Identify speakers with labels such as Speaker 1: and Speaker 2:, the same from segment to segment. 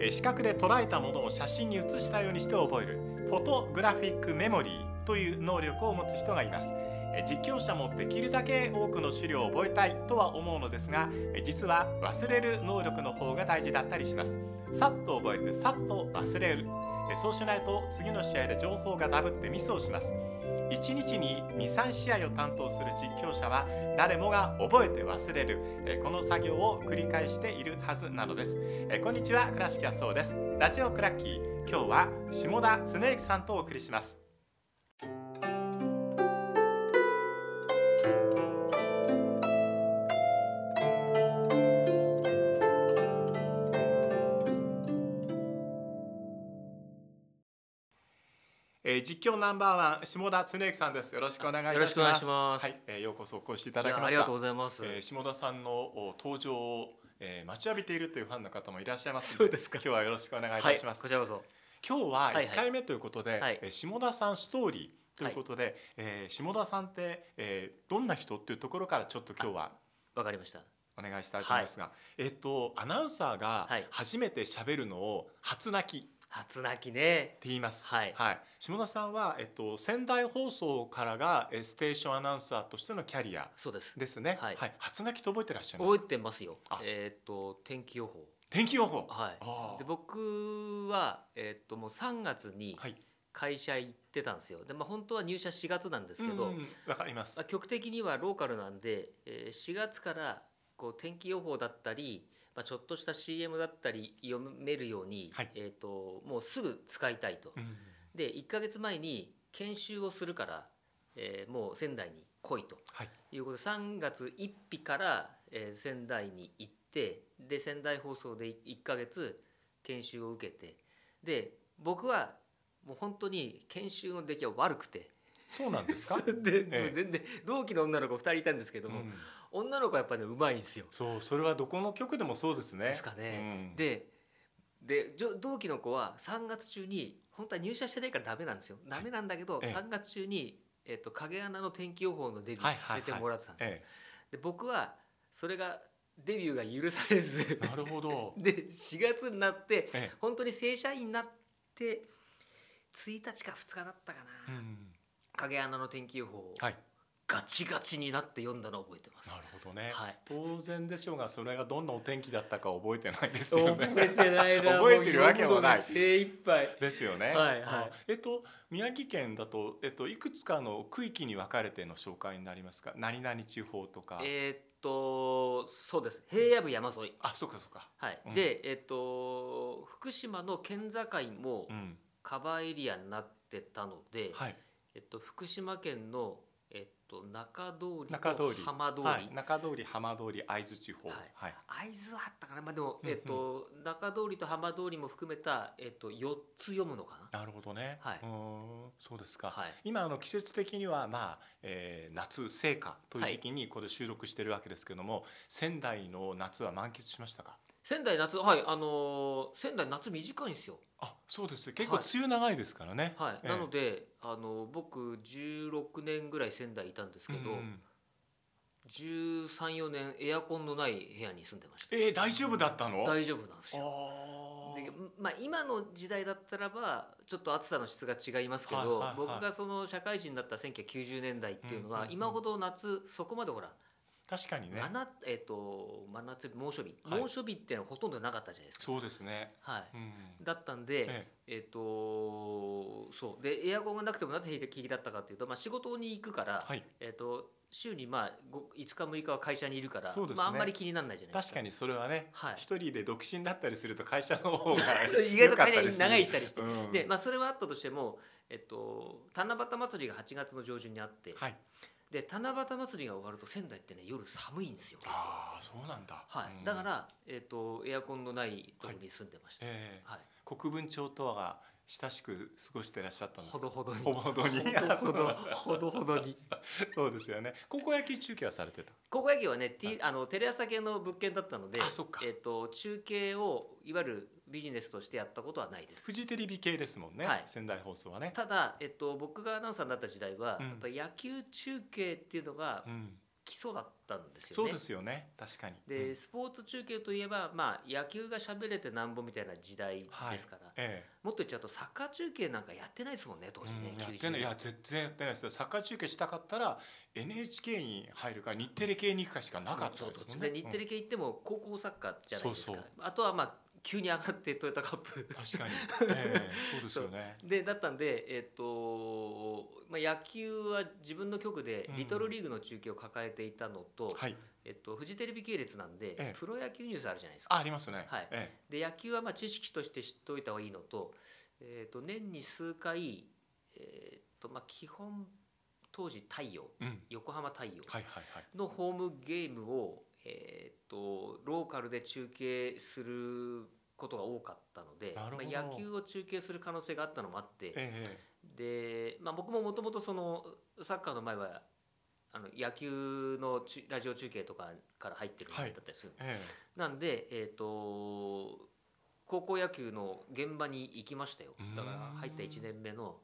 Speaker 1: えー視覚で捉えたものを写真に写したようにして覚えるフォトグラフィックメモリーという能力を持つ人がいますえー実況者もできるだけ多くの資料を覚えたいとは思うのですがえー実は忘れる能力の方が大事だったりしますさっと覚えてさっと忘れるえーそうしないと次の試合で情報がダブってミスをします1日に23試合を担当する実況者は誰もが覚えて忘れるえーこの作業を繰り返しているはずなのですえーこんにちは倉敷はそうですラジオクラッキー今日は下田恒之さんとお送りしますえー実況ナンバーワン下田恒之さんですよろしくお願いいたします
Speaker 2: よろしくお願いします
Speaker 1: はい、えーようこそお越しいただき
Speaker 2: や
Speaker 1: ま
Speaker 2: あ
Speaker 1: し
Speaker 2: り
Speaker 1: た
Speaker 2: がとうございます。
Speaker 1: えー下田さんのお登場を、えー待ちわびているというファンの方もいらっしゃいます
Speaker 2: そうですか
Speaker 1: 今日はよろしくお願いい
Speaker 2: は
Speaker 1: た
Speaker 2: い、
Speaker 1: します、
Speaker 2: こちらこそ。
Speaker 1: 今日はい
Speaker 2: はい
Speaker 1: 1回目ということで、
Speaker 2: はい
Speaker 1: えー下田さんストーリーということで、えー下田さんって、えーどんな人っていうところからちょっと今日は
Speaker 2: わかりました。
Speaker 1: お願いしたいと思いますが、えっとアナウンサーが
Speaker 2: はい
Speaker 1: 初めて喋るのを初泣きっ
Speaker 2: 初泣きね。
Speaker 1: て言います、
Speaker 2: はい
Speaker 1: 下田さんは、えっと、仙台放送からがえーステーションアナウンサーとしてのキャリア
Speaker 2: そうです。
Speaker 1: ですね、
Speaker 2: はい
Speaker 1: 初泣きと覚えてらっしゃいます
Speaker 2: 覚えてますよ
Speaker 1: あ。
Speaker 2: えーっと天気予報。
Speaker 1: 天気予報
Speaker 2: は
Speaker 1: あー
Speaker 2: い。で僕はえーっともう3月に
Speaker 1: はい
Speaker 2: 会社行ってたんですよ。でまあ本当は入社4月なんですけど、
Speaker 1: うんうんわかりま
Speaker 2: ますあ局的にはローカルなんで、えー4月からこう天気予報だったり。まあ、ちょっとした CM だったり読めるように、
Speaker 1: はい
Speaker 2: えー、ともうすぐ使いたいと
Speaker 1: うん
Speaker 2: で1か月前に研修をするから、えーもう仙台に来いと
Speaker 1: はい
Speaker 2: いうことで3月1日から、えー仙台に行ってで仙台放送で1か月研修を受けてで僕はもう本当に研修の出来は悪くて
Speaker 1: そうなん ですか
Speaker 2: で、
Speaker 1: ええ
Speaker 2: 全然同期の女の子2人いたんですけど
Speaker 1: う
Speaker 2: も、
Speaker 1: ん
Speaker 2: 女の子はやっぱりねうまいんですよ。
Speaker 1: そうそれはどこの局でもそうですね
Speaker 2: ですかね。
Speaker 1: うん
Speaker 2: ででじょ同期の子は3月中に本当は入社してないからダメなんですよダメなんだけど、
Speaker 1: ええ
Speaker 2: 3月中に、えっと、影穴の天気予報のデビューさせてもらってたんですよ、
Speaker 1: え
Speaker 2: で僕はそれがデビューが許されず
Speaker 1: えなるほ ど
Speaker 2: で4月になって
Speaker 1: え
Speaker 2: 本当に正社員になって1日か2日だったか
Speaker 1: えう
Speaker 2: な、
Speaker 1: ん
Speaker 2: 影穴の天気予報を
Speaker 1: はい
Speaker 2: ガチガチになって読んだのを覚えてます
Speaker 1: なるほどね
Speaker 2: はい
Speaker 1: 当然でしょうがそれがどんなお天気だったか覚えてないですよ
Speaker 2: 覚
Speaker 1: ね
Speaker 2: えてないな
Speaker 1: 覚えてるわけもない
Speaker 2: もう読むのに精一杯
Speaker 1: ですよね
Speaker 2: はいはい
Speaker 1: あえっと宮城県だとえっといくつかの区域に分かれての紹介になりますか何々地方とか
Speaker 2: えーっとそうです平野部山沿い、
Speaker 1: あそうかそうか
Speaker 2: はい
Speaker 1: うん
Speaker 2: でえーっと福島の県境も
Speaker 1: うん
Speaker 2: カバーエリアになってたので、
Speaker 1: はい
Speaker 2: えっと、福島県の、えっと、中通り
Speaker 1: 中通り
Speaker 2: と浜通り、
Speaker 1: はい中通り浜通り会津地方
Speaker 2: はい
Speaker 1: はい
Speaker 2: 会津はあったかな、まあ、でも、
Speaker 1: うんうん
Speaker 2: えっと、中通りと浜通りも含めた、えっと、4つ読むのかな。
Speaker 1: なるほどね。
Speaker 2: はいう
Speaker 1: ーん、そうですか。
Speaker 2: はい
Speaker 1: 今あの季節的にはまあ、えー夏盛夏という
Speaker 2: はい
Speaker 1: 時期にここで収録してるわけですけども、仙台の夏は満喫しましたか。
Speaker 2: 仙台夏はいあのー仙台夏短いんですよ
Speaker 1: あ、そうです。結構
Speaker 2: はい
Speaker 1: 梅雨長いですからね。
Speaker 2: はい、
Speaker 1: ええ
Speaker 2: なのであのー僕16年ぐらい仙台いたんですけど、
Speaker 1: うんうん
Speaker 2: 134年エアコンのない部屋に住んでました
Speaker 1: えー大丈夫だったの？
Speaker 2: 大丈夫なんですよ
Speaker 1: あ
Speaker 2: で
Speaker 1: ー
Speaker 2: まあ、今の時代だったらばちょっと暑さの質が違いますけど、
Speaker 1: はいはいはい
Speaker 2: 僕がその社会人だった1990年代っていうのは、
Speaker 1: うんうんうん
Speaker 2: 今ほど夏そこまでほら、
Speaker 1: 確かにね
Speaker 2: 真。夏えっと真夏日猛暑日、
Speaker 1: はい
Speaker 2: 猛暑日っていうのはほとんどなかったじゃないですか。
Speaker 1: そうですね。
Speaker 2: はい
Speaker 1: うん。
Speaker 2: だったんで、
Speaker 1: え
Speaker 2: えっ、とそうでエアコンがなくてもなぜ平気だったかというと、まあ、仕事に行くから、
Speaker 1: えはい。
Speaker 2: えっ、と週にまあご5日6日は会社にいるから、
Speaker 1: そうですね
Speaker 2: まああんまり気にならないじゃないで
Speaker 1: 確
Speaker 2: すか。
Speaker 1: かにそれはね、
Speaker 2: はい
Speaker 1: 一人で独身だったりすると会社の 方が
Speaker 2: 意外
Speaker 1: 良
Speaker 2: と会社
Speaker 1: かったり
Speaker 2: に
Speaker 1: する
Speaker 2: 長居したりして、
Speaker 1: うん
Speaker 2: で、まあ、それはあったとしても、えっと、七夕祭りが8月の上旬にあって、
Speaker 1: はい。
Speaker 2: で七夕祭りが終わると仙台ってね夜寒いんですよ、
Speaker 1: ああ、そうなんだ。
Speaker 2: は
Speaker 1: うん
Speaker 2: い、だか。ら、えっと、エアコンのないところに住んでました、はい
Speaker 1: ええ国分町とは親しく過ごしてらっしゃったんです
Speaker 2: ほどほどに
Speaker 1: ほぼほどにあそ
Speaker 2: ほ
Speaker 1: う
Speaker 2: どほどほどに
Speaker 1: そうですよね高校野球中継はされてた
Speaker 2: 高校野球はね、
Speaker 1: は
Speaker 2: T あのテレ朝系の物件だったので
Speaker 1: あそっか
Speaker 2: えっと、中継をいわゆるビジネスとしてやったことはないです
Speaker 1: フジテレビ系ですもんね、
Speaker 2: はい
Speaker 1: 仙台放送はね
Speaker 2: ただ、えっと、僕がアナウンサーになった時代は、
Speaker 1: うん
Speaker 2: やっぱり野球中継っていうのが
Speaker 1: うん
Speaker 2: 基礎だったんですよ
Speaker 1: そう
Speaker 2: ね。
Speaker 1: ですよね確かに
Speaker 2: で
Speaker 1: うん
Speaker 2: スポーツ中継といえば、まあ、野球が喋れてなんぼみたいな時代
Speaker 1: はい
Speaker 2: ですから、
Speaker 1: え
Speaker 2: もっと言っちゃうとサッカー中継なんかやってないですもんね
Speaker 1: え
Speaker 2: 当時ね、
Speaker 1: うんやっ
Speaker 2: 90
Speaker 1: てないいや全然やってないですサッカー中継したかったら NHK に入るか日テレ系に行くかしかなかったですもんね
Speaker 2: そうそう日テレ系行っても高校サッカーじゃないですか、
Speaker 1: そうそう
Speaker 2: あとはまあ急に上がってトヨタカッ プ
Speaker 1: うん確か に、ええそうですよね
Speaker 2: でだったんで、えっとまあ、野球は自分の局で
Speaker 1: うん
Speaker 2: リトルリーグの中継を抱えていたのと、
Speaker 1: はい
Speaker 2: えっと、フジテレビ系列なんで、
Speaker 1: ええ
Speaker 2: プロ野球ニュースあるじゃないですか
Speaker 1: あありますね
Speaker 2: はい
Speaker 1: え
Speaker 2: で野球はまあ知識として知っておいた方がいいのと,、えっと年に数回、えっとまあ、基本当時太陽
Speaker 1: えうん
Speaker 2: 横浜太陽
Speaker 1: はいはいはい
Speaker 2: のホームゲームを、えっとローカルで中継することが多かったので、
Speaker 1: なるほど
Speaker 2: まあ、野球を中継する可能性があったのもあって。
Speaker 1: ええ
Speaker 2: で、まあ、僕ももともとそのサッカーの前はあの野球のちラジオ中継とかから入ってるんだ
Speaker 1: はい
Speaker 2: ったりする、
Speaker 1: ええ
Speaker 2: なんで、えー、と高校野球の現場に行きましたよ
Speaker 1: うーん
Speaker 2: だから入った1年目の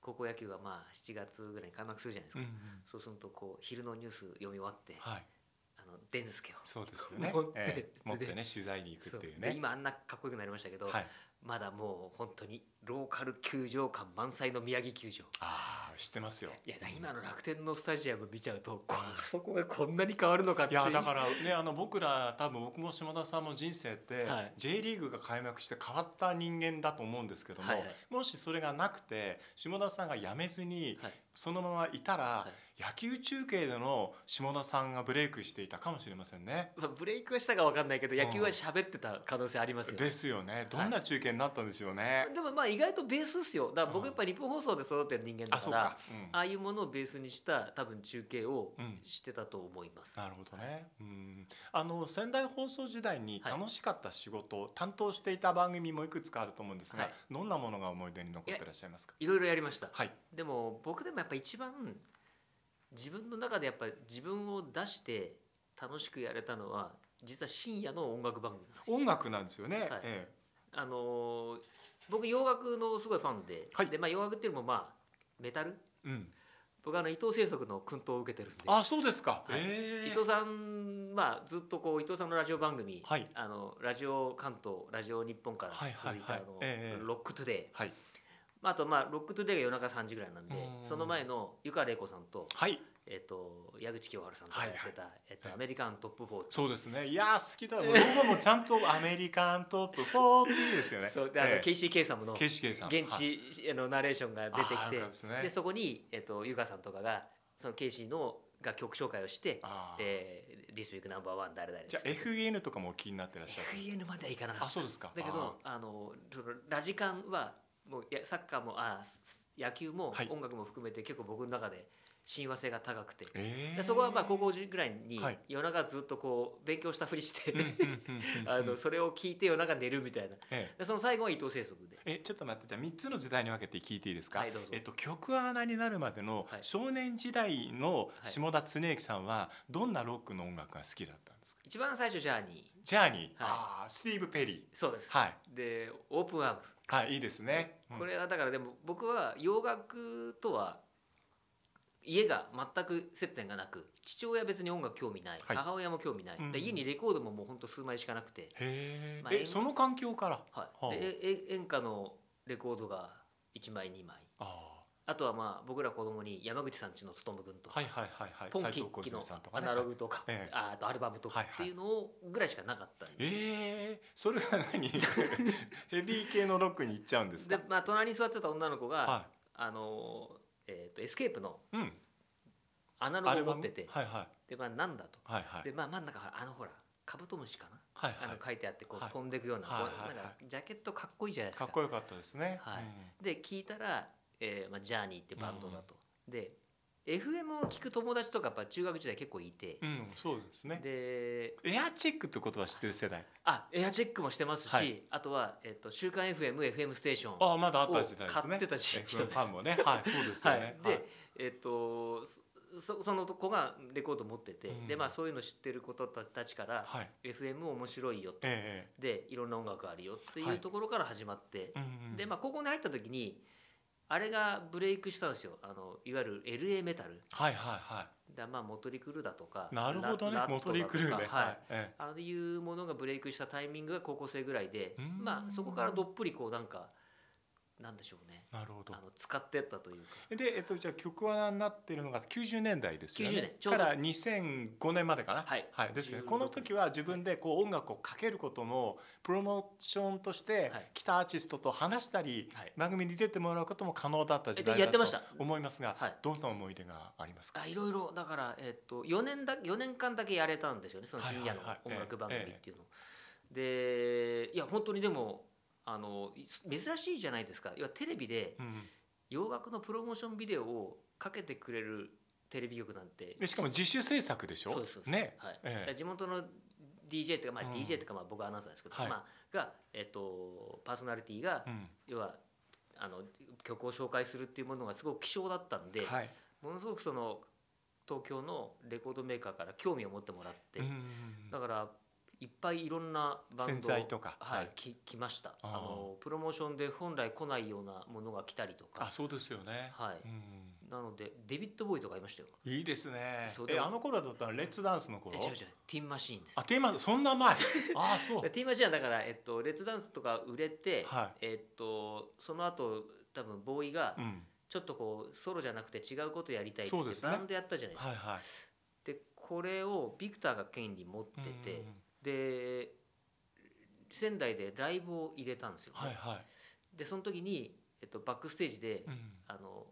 Speaker 2: 高校野球がまあ7月ぐらいに開幕するじゃないです
Speaker 1: う
Speaker 2: か、
Speaker 1: んうん
Speaker 2: そうするとこう昼のニュース読み終わって
Speaker 1: はい
Speaker 2: あのデンスケを
Speaker 1: そうですよね
Speaker 2: 持って
Speaker 1: ええ持って
Speaker 2: で
Speaker 1: ね取材に行くっていう
Speaker 2: そうで
Speaker 1: ね
Speaker 2: 今あんなかっこよくなりましたけど、
Speaker 1: はい
Speaker 2: まだもう本当にローカル球場感満載の宮城球場
Speaker 1: ああ知ってますよ
Speaker 2: いやだ今の楽天のスタジアム見ちゃうとこそこがこんなに変わるのかっ
Speaker 1: い
Speaker 2: ていう
Speaker 1: やだからねあの僕ら多分僕も島田さんも人生って、
Speaker 2: はい
Speaker 1: J リーグが開幕して変わった人間だと思うんですけども、
Speaker 2: はいはい
Speaker 1: もしそれがなくて島田さんが辞めずに
Speaker 2: はい
Speaker 1: そのままいたら、
Speaker 2: は
Speaker 1: 野球中継での島田さんがブレイクしていたかもしれませんね。
Speaker 2: まあ、ブレイクはしたか分かんないけど野球は喋ってた可能性ありますよ、
Speaker 1: ですよね。どんな中継になったんでしょうね。
Speaker 2: でもまあ意外とベースっすよだから
Speaker 1: うん
Speaker 2: 僕やっぱり日本放送で育ってる人間だ
Speaker 1: あ
Speaker 2: か
Speaker 1: そう
Speaker 2: ら、
Speaker 1: か
Speaker 2: あ、
Speaker 1: うん
Speaker 2: あいうものをベースにした多分中継を
Speaker 1: うん
Speaker 2: してたと思います、
Speaker 1: なるほどね。うん、あの仙台放送時代に楽しかった仕事、担当していた番組もいくつかあると思うんですが、
Speaker 2: はい
Speaker 1: どんなものが思い出に残ってらっしゃいますか。
Speaker 2: いろいろやりました、
Speaker 1: はい。
Speaker 2: でも僕でもやっぱ一番自分の中でやっぱり自分を出して楽しくやれたのは実は深夜の音楽番組なんですよ
Speaker 1: 音楽なんですよね。え
Speaker 2: あのー僕洋楽のすごいファンで,、
Speaker 1: はい
Speaker 2: でまあ、洋楽っていうのもまあメタル
Speaker 1: えうん。
Speaker 2: 僕あの伊藤清則の薫陶を受けてるんで
Speaker 1: あ、そうですか。
Speaker 2: はい
Speaker 1: ええ
Speaker 2: 伊藤さんまあずっとこう伊藤さんのラジオ番組、
Speaker 1: はい
Speaker 2: あのラジオ関東ラジオ日本から
Speaker 1: はいはいはい
Speaker 2: 続いたあの、
Speaker 1: ええ
Speaker 2: ロックトゥデイ、
Speaker 1: はい。
Speaker 2: まあ、あとまあロックトゥデイが夜中3時ぐらいなんで
Speaker 1: うん
Speaker 2: その前の湯川玲子さんと,、
Speaker 1: はい。
Speaker 2: えっと矢口清春さんとかやってた、えっと
Speaker 1: はい
Speaker 2: アメリカントップ4
Speaker 1: そうですね。いやー、好きだ。もうロゴもちゃんとアメリカントップ4っていいですよね。
Speaker 2: そうであの、
Speaker 1: ええ
Speaker 2: ケイシー・ケイさんの現
Speaker 1: ケシケイさん。はい
Speaker 2: 地あのナレーションが出て
Speaker 1: あ
Speaker 2: き
Speaker 1: ー
Speaker 2: て
Speaker 1: よかったですね
Speaker 2: でそこに、えっと湯川さんとかがそのケイシーのが曲紹介をして
Speaker 1: あ
Speaker 2: 「
Speaker 1: ー
Speaker 2: で This Week No.1 誰々」
Speaker 1: じゃあ FEN とかもお気になってらっしゃる。
Speaker 2: FEN まではいかなかった
Speaker 1: あ、そうですか。
Speaker 2: だけどあのそのラジカンはもうやサッカーもあす野球も
Speaker 1: はい
Speaker 2: 音楽も含めて結構僕の中で親和性が高くて、
Speaker 1: あー、ええ
Speaker 2: でそこはまあ高校時ぐらいに
Speaker 1: はい
Speaker 2: 夜中ずっとこう勉強したふりして、
Speaker 1: うんうんうんうん
Speaker 2: あのそれを聞いて夜中寝るみたいな
Speaker 1: ええ
Speaker 2: でその最後は伊藤清則で
Speaker 1: えちょっと待ってじゃあ3つの時代に分けて聞いていいですか、
Speaker 2: はいどうぞ
Speaker 1: えっと、曲穴になるまでの
Speaker 2: はい
Speaker 1: 少年時代の下田恒之さんはどんなロックの音楽が好きだったんですか
Speaker 2: 一番最初ジャーニー
Speaker 1: ジャーニー、あースティーブ・ペリ
Speaker 2: そうです、
Speaker 1: ーはい
Speaker 2: でオープンアームス
Speaker 1: はいいいですね、うん
Speaker 2: これはだからでも僕は洋楽とは家が全く接点がなく父親は別に音楽興味ない、
Speaker 1: はい
Speaker 2: 母親も興味ない、
Speaker 1: うん
Speaker 2: で家にレコードももうほんと数枚しかなくて、
Speaker 1: へー
Speaker 2: まあ
Speaker 1: え
Speaker 2: 英語
Speaker 1: その環境から
Speaker 2: は
Speaker 1: はあ
Speaker 2: い、でええ演歌のレコードが1枚2枚
Speaker 1: あ
Speaker 2: あとはまあ僕ら子供に山口さんちの勉君と
Speaker 1: ーは
Speaker 2: か、
Speaker 1: いはいはいはい
Speaker 2: ポンキ
Speaker 1: 斉藤
Speaker 2: ッキ
Speaker 1: 浩
Speaker 2: の
Speaker 1: 二さんとか
Speaker 2: ア
Speaker 1: ね
Speaker 2: ナログとか、
Speaker 1: ええ
Speaker 2: ああとアルバムとか
Speaker 1: はい
Speaker 2: って
Speaker 1: はい
Speaker 2: いうのをぐらいしかなかったんで,、
Speaker 1: えー、それは 何ヘビー系のロックに行っちゃうんですか
Speaker 2: でまあ、隣に座ってた女の子が、
Speaker 1: は
Speaker 2: あのーえー、とエスケープの
Speaker 1: い、うん、
Speaker 2: アナロ
Speaker 1: あ
Speaker 2: グ
Speaker 1: れ
Speaker 2: を持ってて、
Speaker 1: はいはい
Speaker 2: でまあ、なんだと。
Speaker 1: はいはい
Speaker 2: でまあ真ん中からあのほらカブトムシかな、
Speaker 1: はいは
Speaker 2: あの
Speaker 1: い
Speaker 2: 書いてあってこ
Speaker 1: はいう
Speaker 2: 飛んでいくような,、
Speaker 1: はい
Speaker 2: こ
Speaker 1: は
Speaker 2: う
Speaker 1: い
Speaker 2: なん
Speaker 1: は
Speaker 2: かジャケットかっこいいじゃないです
Speaker 1: か
Speaker 2: か
Speaker 1: っこよかったですね、
Speaker 2: はい
Speaker 1: うん
Speaker 2: で聞いたら、えーまあ、ジャーニーってバンドだと、で FM を聞く友達とかやっぱ中学時代結構いて、
Speaker 1: うん、そうですね。
Speaker 2: で
Speaker 1: エアチェックって言葉知ってる世代。
Speaker 2: あエアチェックもしてますし、
Speaker 1: はい
Speaker 2: あとは、えっと週刊 FMFM ステーション
Speaker 1: ああ、まだあった時代ですね。
Speaker 2: 買ってたし人
Speaker 1: FM
Speaker 2: です
Speaker 1: ファンもね、はい、そうですよ
Speaker 2: はい
Speaker 1: ね。
Speaker 2: で、えっとそその子がレコード持ってて、
Speaker 1: うん
Speaker 2: でまあそういうの知ってる子たちから、
Speaker 1: はい、はい、
Speaker 2: FM 面白いよ
Speaker 1: え
Speaker 2: でいろんな音楽あるよってい
Speaker 1: は
Speaker 2: う
Speaker 1: い
Speaker 2: ところから始まっ
Speaker 1: え
Speaker 2: て、
Speaker 1: うんうん
Speaker 2: でまあ高校に入った時にあれがブレイクしたんですよあのいわゆる LA メタル
Speaker 1: はいはいは
Speaker 2: でまあモトリクルーだとか
Speaker 1: なるほどね
Speaker 2: ララット
Speaker 1: モト
Speaker 2: だとか
Speaker 1: リクルーね
Speaker 2: はい
Speaker 1: はい、え
Speaker 2: ああいうものがブレイクしたタイミングが高校生ぐらいで
Speaker 1: うーん
Speaker 2: まあそこからどっぷりこうなんかなんでしょうね
Speaker 1: えなるほど
Speaker 2: あの使ってったというか
Speaker 1: で、えっと、じゃあ曲はなってるのが90年代ですよ
Speaker 2: 90
Speaker 1: ね
Speaker 2: 年ちょう
Speaker 1: か
Speaker 2: ど
Speaker 1: ら2005年までかな
Speaker 2: はい
Speaker 1: ですよね
Speaker 2: 16
Speaker 1: この時は自分でこう音楽をかけることのプロモーションとして
Speaker 2: はい
Speaker 1: 来たアーティストと話したり、
Speaker 2: はい
Speaker 1: 番組に出てもらうことも可能だった時代
Speaker 2: えっとや
Speaker 1: だ
Speaker 2: ってまし
Speaker 1: と
Speaker 2: た
Speaker 1: 思いますが、
Speaker 2: はい
Speaker 1: どんな思い出がありますか
Speaker 2: あいろいろだから、えっと4年だ4年間だけやれたんですよねその深夜
Speaker 1: はい
Speaker 2: の
Speaker 1: はいはい
Speaker 2: 音楽番組っていうのを。でいや本当にでもあのい珍しいじゃないですか要はテレビで
Speaker 1: うん
Speaker 2: 洋楽のプロモーションビデオをかけてくれるテレビ局なんて
Speaker 1: でしかも自主制作でしょ
Speaker 2: そうですそうです
Speaker 1: ね
Speaker 2: はい
Speaker 1: ええ
Speaker 2: だから地元の DJ っていうか、ま
Speaker 1: う
Speaker 2: あ、
Speaker 1: ん
Speaker 2: DJ っていうかまあ僕はアナウンサーですけど、
Speaker 1: はい
Speaker 2: まあ、が、えっとパーソナリティが、
Speaker 1: うん
Speaker 2: 要はあの曲を紹介するっていうものがすごく希少だったんで、
Speaker 1: はい
Speaker 2: ものすごくその東京のレコードメーカーから興味を持ってもらって、
Speaker 1: うん
Speaker 2: だからいっぱいいろんなバ
Speaker 1: 洗
Speaker 2: ンド
Speaker 1: 剤とか
Speaker 2: はい
Speaker 1: はい
Speaker 2: き来ました
Speaker 1: あー
Speaker 2: あのプロモーションで本来来ないようなものが来たりと
Speaker 1: あ
Speaker 2: か、
Speaker 1: そうですよね、
Speaker 2: は
Speaker 1: うん
Speaker 2: い、なのでデビッド・ボーイとかいましたよ
Speaker 1: いいですね
Speaker 2: そう
Speaker 1: え
Speaker 2: でも
Speaker 1: あの頃だったらレッツダンスの
Speaker 2: え
Speaker 1: 頃
Speaker 2: 違う違うティン・マシーンです
Speaker 1: あテーマそんな 前ああそう
Speaker 2: でティーマジアだから、えっと、レッツダンスとか売れて、
Speaker 1: は
Speaker 2: えっと、その後多分ボーイが
Speaker 1: うん、
Speaker 2: ちょっとこうソロじゃなくて違うことやりたいっつ
Speaker 1: そう
Speaker 2: っ
Speaker 1: です
Speaker 2: て
Speaker 1: ね
Speaker 2: バンドやったじゃないですか。
Speaker 1: はいはい
Speaker 2: でこれをビクターが権利持ってて
Speaker 1: うん
Speaker 2: で仙台でライブを入れたんですよ、
Speaker 1: はいは
Speaker 2: でその時に、えっと、バックステージで、
Speaker 1: い、うん
Speaker 2: あの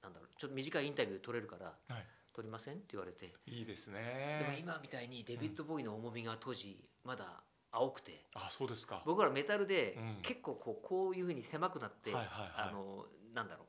Speaker 2: なんだろうちょっと短いインタビュー取れるから
Speaker 1: はい
Speaker 2: 取りませんって言われて、
Speaker 1: いいです
Speaker 2: でも
Speaker 1: ね
Speaker 2: 今みたいにデビッド・ボーイの重みが当時まだ青くて。
Speaker 1: あそうですか
Speaker 2: 僕らメタルで
Speaker 1: うん
Speaker 2: 結構こうこういうふうに狭くなって、
Speaker 1: はいはいはい
Speaker 2: あのなんだろう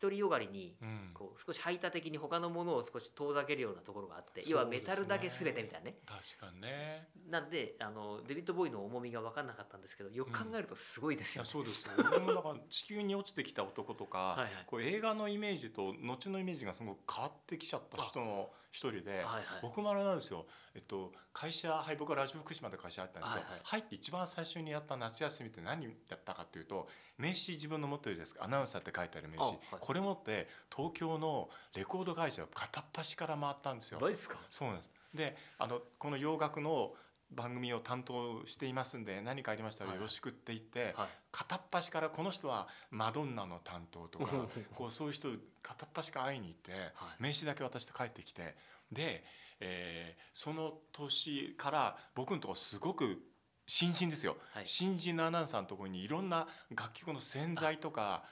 Speaker 2: 独りよがりに
Speaker 1: うん
Speaker 2: こう少し排他的に他のものを少し遠ざけるようなところがあっ
Speaker 1: そう
Speaker 2: て、
Speaker 1: ですね
Speaker 2: 要はメタルだけ全てみたいなね
Speaker 1: 確かにね
Speaker 2: なんであのデビッド・ボーイの重みが分かんなかったんですけどよく考えるとすごいです
Speaker 1: い
Speaker 2: よ
Speaker 1: や
Speaker 2: ね、
Speaker 1: そうですよ俺もだから地球に落ちてきた男とか
Speaker 2: はいはい
Speaker 1: こう映画のイメージと後のイメージがすごく変わってきちゃった人の一人で、
Speaker 2: はいはい
Speaker 1: 僕もあれなんですよ、えっと、会社、はい、僕はラジオ福島で会社入ったんですよ、
Speaker 2: はいはい
Speaker 1: 入って一番最初にやった夏休みって何だったかっていうと名刺自分の持ってるじゃないですかアナウンサーって書いてある名刺、
Speaker 2: あはい
Speaker 1: これ持って東京のレコード会社を片っ端から回ったんですよ。
Speaker 2: マジっすか
Speaker 1: そうなんですであのこの洋楽の番組を担当していますんで何かありましたらよろしくって言って、
Speaker 2: はい
Speaker 1: 片っ端からこの人はマドンナの担当とか こうそういう人片っ端から会いに行って
Speaker 2: はい
Speaker 1: 名刺だけ渡して帰ってきてで、えーその年から僕のとこすごく新人ですよ、
Speaker 2: はい
Speaker 1: 新人のアナウンサーのところにいろんな楽曲の洗剤とか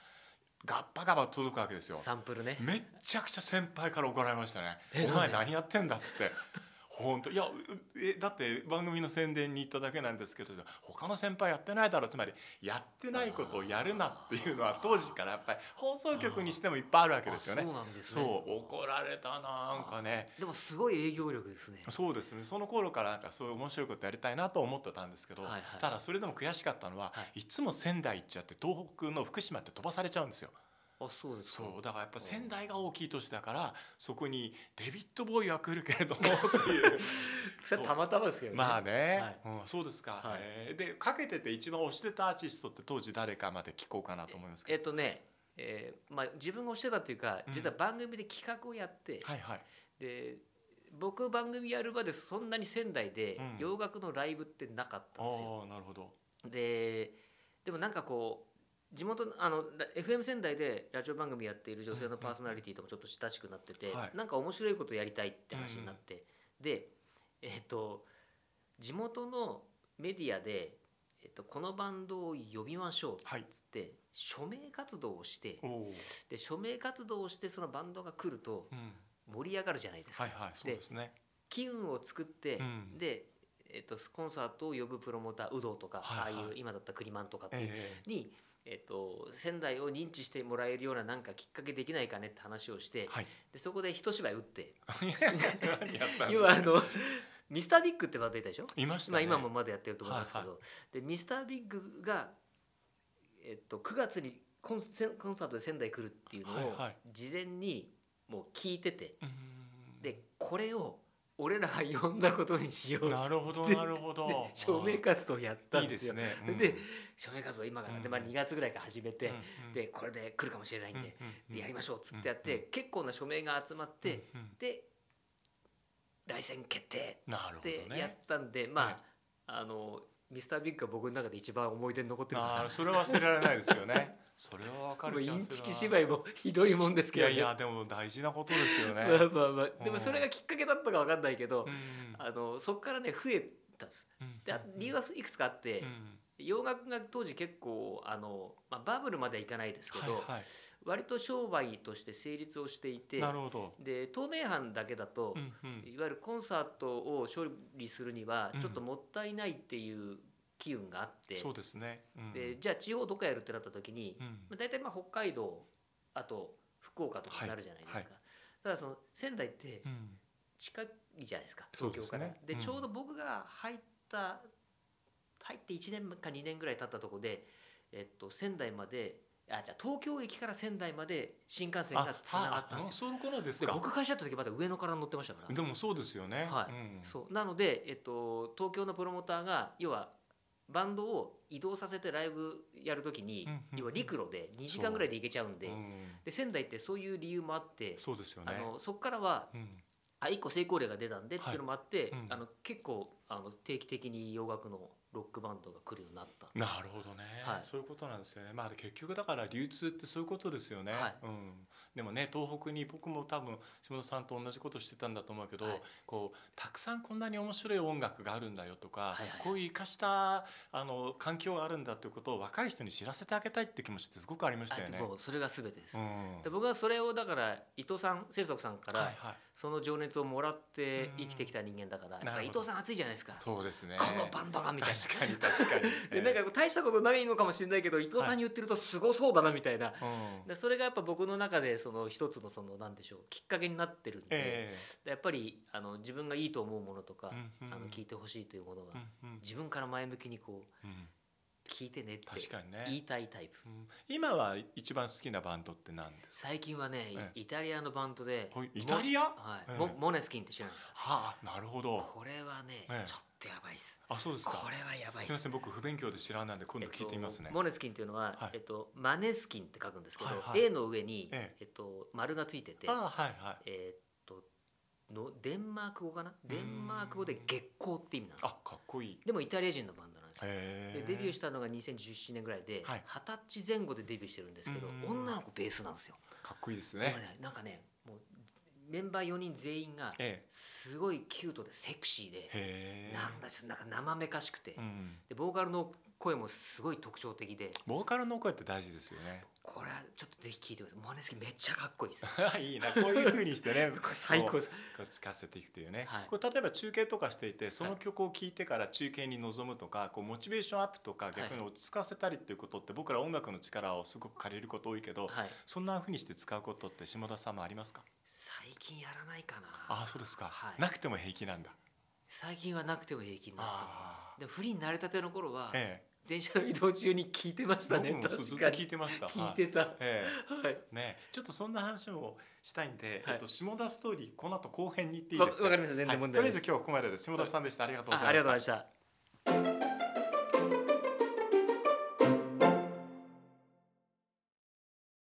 Speaker 1: ガッパガバ届くわけですよ。
Speaker 2: サンプルね
Speaker 1: めっちゃくちゃ先輩から怒られましたね
Speaker 2: え
Speaker 1: 「お
Speaker 2: な
Speaker 1: 前
Speaker 2: んで
Speaker 1: 何やってんだ」っつって「本当いやうえだって番組の宣伝に行っただけなんですけど他の先輩やってないだろ」つまりやってないことをやるなっていうのは
Speaker 2: あー
Speaker 1: 当時からやっぱり放送局にしてもいっぱいあるわけですよ
Speaker 2: あ
Speaker 1: ね
Speaker 2: そう。なんです
Speaker 1: そ
Speaker 2: ね
Speaker 1: う怒られたななんかね
Speaker 2: でもすごい営業力ですね
Speaker 1: そうですねその頃からなんかそういう面白いことやりたいなと思ってたんですけど、
Speaker 2: はいはい
Speaker 1: ただそれでも悔しかったのは、、
Speaker 2: はい
Speaker 1: つも仙台行っちゃって東北の福島って飛ばされちゃうんですよ。
Speaker 2: あそうですか
Speaker 1: そうだからやっぱ仙台が大きい都市だからそこにデビッド・ボーイは来るけれどもっていう
Speaker 2: それたまたまですけどね
Speaker 1: まあね、うん、そうですか、
Speaker 2: はい
Speaker 1: えーでかけてて一番推してたアーティストって当時誰かまで聞こうかなと思います
Speaker 2: え
Speaker 1: け
Speaker 2: っとね、えーまあ、自分が推してたっていうか
Speaker 1: うん
Speaker 2: 実は番組で企画をやって、
Speaker 1: どはいはい
Speaker 2: で僕番組やるまでそんなに仙台で
Speaker 1: うん
Speaker 2: 洋楽のライブってなかったんですよ。
Speaker 1: ああなるほど
Speaker 2: ででもなんかこう地元のあのラ FM 仙台でラジオ番組やっている女性のパーソナリティともちょっと親しくなってて、
Speaker 1: はい
Speaker 2: なんか面白いことやりたいって話になって、でえっ、と地元のメディアで、えっとこのバンドを呼びましょうっ
Speaker 1: はい
Speaker 2: つって署名活動をして
Speaker 1: おお、
Speaker 2: で署名活動をしてそのバンドが来ると
Speaker 1: うん、
Speaker 2: 盛り上がるじゃないですか
Speaker 1: はいはいそうですね
Speaker 2: 機運を作って、
Speaker 1: うん
Speaker 2: で、えっとコンサートを呼ぶプロモーター有働とか、
Speaker 1: はいはい
Speaker 2: ああいう今だったクリマンとかっていう
Speaker 1: ええ
Speaker 2: に、えっと仙台を認知してもらえるようななんかきっかけできないかねって話をして、
Speaker 1: はい
Speaker 2: でそこで一芝居打って
Speaker 1: 何やったんですか
Speaker 2: 要はあの ミスタービッグってバンドいたでしょ、
Speaker 1: いました
Speaker 2: まあ、
Speaker 1: ね
Speaker 2: 今もまだやってると思いますけど、
Speaker 1: はい
Speaker 2: でミスタービッグが、えっと9月にコンセコンサートで仙台来るっていうのを
Speaker 1: はいはい
Speaker 2: 事前にもう聞いてて。
Speaker 1: うん
Speaker 2: でこれを俺らが呼んだことにしよう
Speaker 1: なるほどなるほど
Speaker 2: で 署名活動やった
Speaker 1: い
Speaker 2: ん
Speaker 1: い
Speaker 2: で
Speaker 1: ですす
Speaker 2: よ。
Speaker 1: ね、
Speaker 2: で署名活動今から、
Speaker 1: うん
Speaker 2: でまあ、2月ぐらいから始めて、で
Speaker 1: で
Speaker 2: これで来るかもしれないんで、やりましょうっつってやって、
Speaker 1: うん
Speaker 2: 結構な署名が集まって、で来選決定
Speaker 1: なるほ
Speaker 2: で
Speaker 1: ど
Speaker 2: やっ
Speaker 1: ね
Speaker 2: たんで、まあ、
Speaker 1: はい
Speaker 2: あのミスタービッグが僕の中で一番思い出に残ってる
Speaker 1: あ
Speaker 2: か
Speaker 1: ーそれは忘れられないですよ ねそれはわから
Speaker 2: も
Speaker 1: る
Speaker 2: う
Speaker 1: 気
Speaker 2: イ
Speaker 1: がするな
Speaker 2: ンチキ芝居もひどいもんです
Speaker 1: い
Speaker 2: けど
Speaker 1: や
Speaker 2: ね
Speaker 1: いやでも大事なことです よね、
Speaker 2: まあまあまあ、で
Speaker 1: う
Speaker 2: も
Speaker 1: ん
Speaker 2: それがきっかけだったかわかんないけど、
Speaker 1: うん
Speaker 2: あのそこからね増えたんです。であ理由はいくつかあって、
Speaker 1: うん
Speaker 2: 洋楽が当時結構あの、まあ、バブルまではいかないですけど、
Speaker 1: はいは
Speaker 2: 割と商売として成立をしてい
Speaker 1: い、
Speaker 2: て
Speaker 1: なるほど、
Speaker 2: で透明版だけだと、
Speaker 1: うんうん
Speaker 2: いわゆるコンサートを処理するには
Speaker 1: うん
Speaker 2: ちょっともったいないっていう機運があって、
Speaker 1: そうですね、うん
Speaker 2: でじゃあ地方どこやるってなった時に、
Speaker 1: うん
Speaker 2: まあ、大体まあ北海道あと福岡とかになるじゃないですか。
Speaker 1: はいは
Speaker 2: ただその仙台って
Speaker 1: うん
Speaker 2: 近いじゃないですか
Speaker 1: そう
Speaker 2: 東
Speaker 1: で
Speaker 2: 京
Speaker 1: す
Speaker 2: から。で,、
Speaker 1: ねうん
Speaker 2: ちょうど僕が入った入って1年か2年ぐらい経ったとこで、えっと、仙台まであじゃあ東京駅から仙台まで新幹線がつながったん
Speaker 1: あ
Speaker 2: ですよ。
Speaker 1: その頃です
Speaker 2: で
Speaker 1: か
Speaker 2: 僕会社やった時まだ上野から乗ってましたから。
Speaker 1: でもそうですよね、
Speaker 2: はい
Speaker 1: うん
Speaker 2: そうなので、えっと、東京のプロモーターが要はバンドを移動させてライブやるときに、
Speaker 1: うんうんうん
Speaker 2: 要は陸路で2時間ぐらいで行けちゃうんで,、
Speaker 1: うん
Speaker 2: で仙台ってそういう理由もあって
Speaker 1: そうですよね
Speaker 2: あのそこからは
Speaker 1: うん
Speaker 2: あ1個成功例が出たんでっていうのもあって、
Speaker 1: はいうん
Speaker 2: あの結構あの定期的に洋楽のロックバンドが来るようになった。
Speaker 1: なるほどね、
Speaker 2: はい
Speaker 1: そういうことなんですよねまあ結局だから流通ってそういうことですよね、
Speaker 2: はい
Speaker 1: うん、でもね東北に僕も多分下田さんと同じことしてたんだと思うけど、
Speaker 2: はい
Speaker 1: こうたくさんこんなに面白い音楽があるんだよとか、
Speaker 2: はいはい
Speaker 1: こういう生かしたあの環境があるんだということを若い人に知らせてあげたいって気持ちってすごくありましたよ
Speaker 2: あ
Speaker 1: ね。
Speaker 2: でもそれが全てです、
Speaker 1: うん
Speaker 2: で僕はそれをだから伊藤さん清作さんから、
Speaker 1: はいはい、
Speaker 2: その情熱をもらって生きてきた人間だから、
Speaker 1: うん
Speaker 2: やっぱ
Speaker 1: なる
Speaker 2: り伊
Speaker 1: ほど
Speaker 2: 藤さん熱いじゃないですか、
Speaker 1: そうですね
Speaker 2: このバンドがみたいな
Speaker 1: 確かに確かに
Speaker 2: でなんかこう大したことないのかもしれないけど伊藤さんに言ってるとすごそうだなみたいな、
Speaker 1: えーうん
Speaker 2: でそれがやっぱ僕の中でその一つのそのなんでしょうきっかけになってるんで、
Speaker 1: え
Speaker 2: でやっぱりあの自分がいいと思うものとか、
Speaker 1: うんうん
Speaker 2: あの聞いてほしいというものは、
Speaker 1: えうんうん
Speaker 2: 自分から前向きにこう
Speaker 1: うん
Speaker 2: 聞いてねって
Speaker 1: 確かにね
Speaker 2: 言いたいタイプ、
Speaker 1: うん今は一番好きなバンドって何ですか
Speaker 2: 最近はね、
Speaker 1: ええ
Speaker 2: イタリアのバンドで
Speaker 1: ほいイタリア
Speaker 2: モはい
Speaker 1: ええ
Speaker 2: モモネスキンって知らないですか
Speaker 1: はあ、なるほど。
Speaker 2: これはね、
Speaker 1: ええ
Speaker 2: ちょっとやばいっす
Speaker 1: あ、そうですか。
Speaker 2: これはやばいっ
Speaker 1: す
Speaker 2: す
Speaker 1: みません、僕不勉強で知らないんで、今
Speaker 2: え
Speaker 1: 度
Speaker 2: っと
Speaker 1: 聞いてみますね。
Speaker 2: モネスキンっていうのは、
Speaker 1: はい
Speaker 2: えっと、マネスキンって書くんですけど、
Speaker 1: はいはい
Speaker 2: A の上に、
Speaker 1: え
Speaker 2: えっと、丸がついてて、
Speaker 1: あ、はいはい。
Speaker 2: えっとのデンマーク語かなデンマーク語で月光って意味なんですよ
Speaker 1: あ、かっこいい。
Speaker 2: でもイタリア人のバンドなんですよ
Speaker 1: へ
Speaker 2: でデビュー
Speaker 1: し
Speaker 2: したのが2017年ぐらいで二十、
Speaker 1: はい
Speaker 2: 歳前後でデビューしてるんですけど
Speaker 1: うん
Speaker 2: 女の子ベースなんですよ。
Speaker 1: かっこいいです
Speaker 2: でも
Speaker 1: ね。
Speaker 2: ねなんかねもうメンバー4人全員が
Speaker 1: え
Speaker 2: すごいキュートでセクシー
Speaker 1: え。
Speaker 2: で
Speaker 1: へえ。
Speaker 2: なんだしなんか生めかしくて、
Speaker 1: うん。
Speaker 2: でボーカルの声もすごい特徴的で
Speaker 1: ボーカルの声って大事ですよね。
Speaker 2: これはちょっとぜひ聞いてくださいモネスキンめっちゃかっこいいです
Speaker 1: いいな、こういう風にしてね。
Speaker 2: これ最高
Speaker 1: こ
Speaker 2: です
Speaker 1: う。こうつかせていくというね。
Speaker 2: はい
Speaker 1: これ例えば中継とかしていて、その曲を聴いてから中継に臨むとか、こうモチベーションアップとか、
Speaker 2: い
Speaker 1: 逆に落ち着かせたりっていうことって、僕ら音楽の力をすごく借りること多いけど。
Speaker 2: はい
Speaker 1: そんな風にして使うことって下田さんもありますか。
Speaker 2: 最近やらないかな
Speaker 1: ああそうですか、
Speaker 2: はい
Speaker 1: なくても平気なんだ
Speaker 2: 最近はなくても平気になった
Speaker 1: あ
Speaker 2: かなでもフリーになれたての頃は、
Speaker 1: え
Speaker 2: 電車の移動中に聞いてまし
Speaker 1: え
Speaker 2: たね
Speaker 1: 僕もそうず
Speaker 2: 確
Speaker 1: っと
Speaker 2: かに
Speaker 1: 聞いてました
Speaker 2: 聞い
Speaker 1: はい
Speaker 2: てた、
Speaker 1: え
Speaker 2: はい
Speaker 1: えねちょっとそんな話もしたいんで、
Speaker 2: はい
Speaker 1: えっと下田ストーリーこの後後編に行っていい
Speaker 2: わ
Speaker 1: です
Speaker 2: わかりました全然問
Speaker 1: はい、と
Speaker 2: 題ない
Speaker 1: りあえ
Speaker 2: で
Speaker 1: ず今
Speaker 2: す、
Speaker 1: 日はここまでです下田さんでした、ありがとうご
Speaker 2: あ
Speaker 1: ざ
Speaker 2: あ
Speaker 1: い
Speaker 2: り
Speaker 1: ま
Speaker 2: が
Speaker 1: し
Speaker 2: とうござい
Speaker 1: た
Speaker 2: ました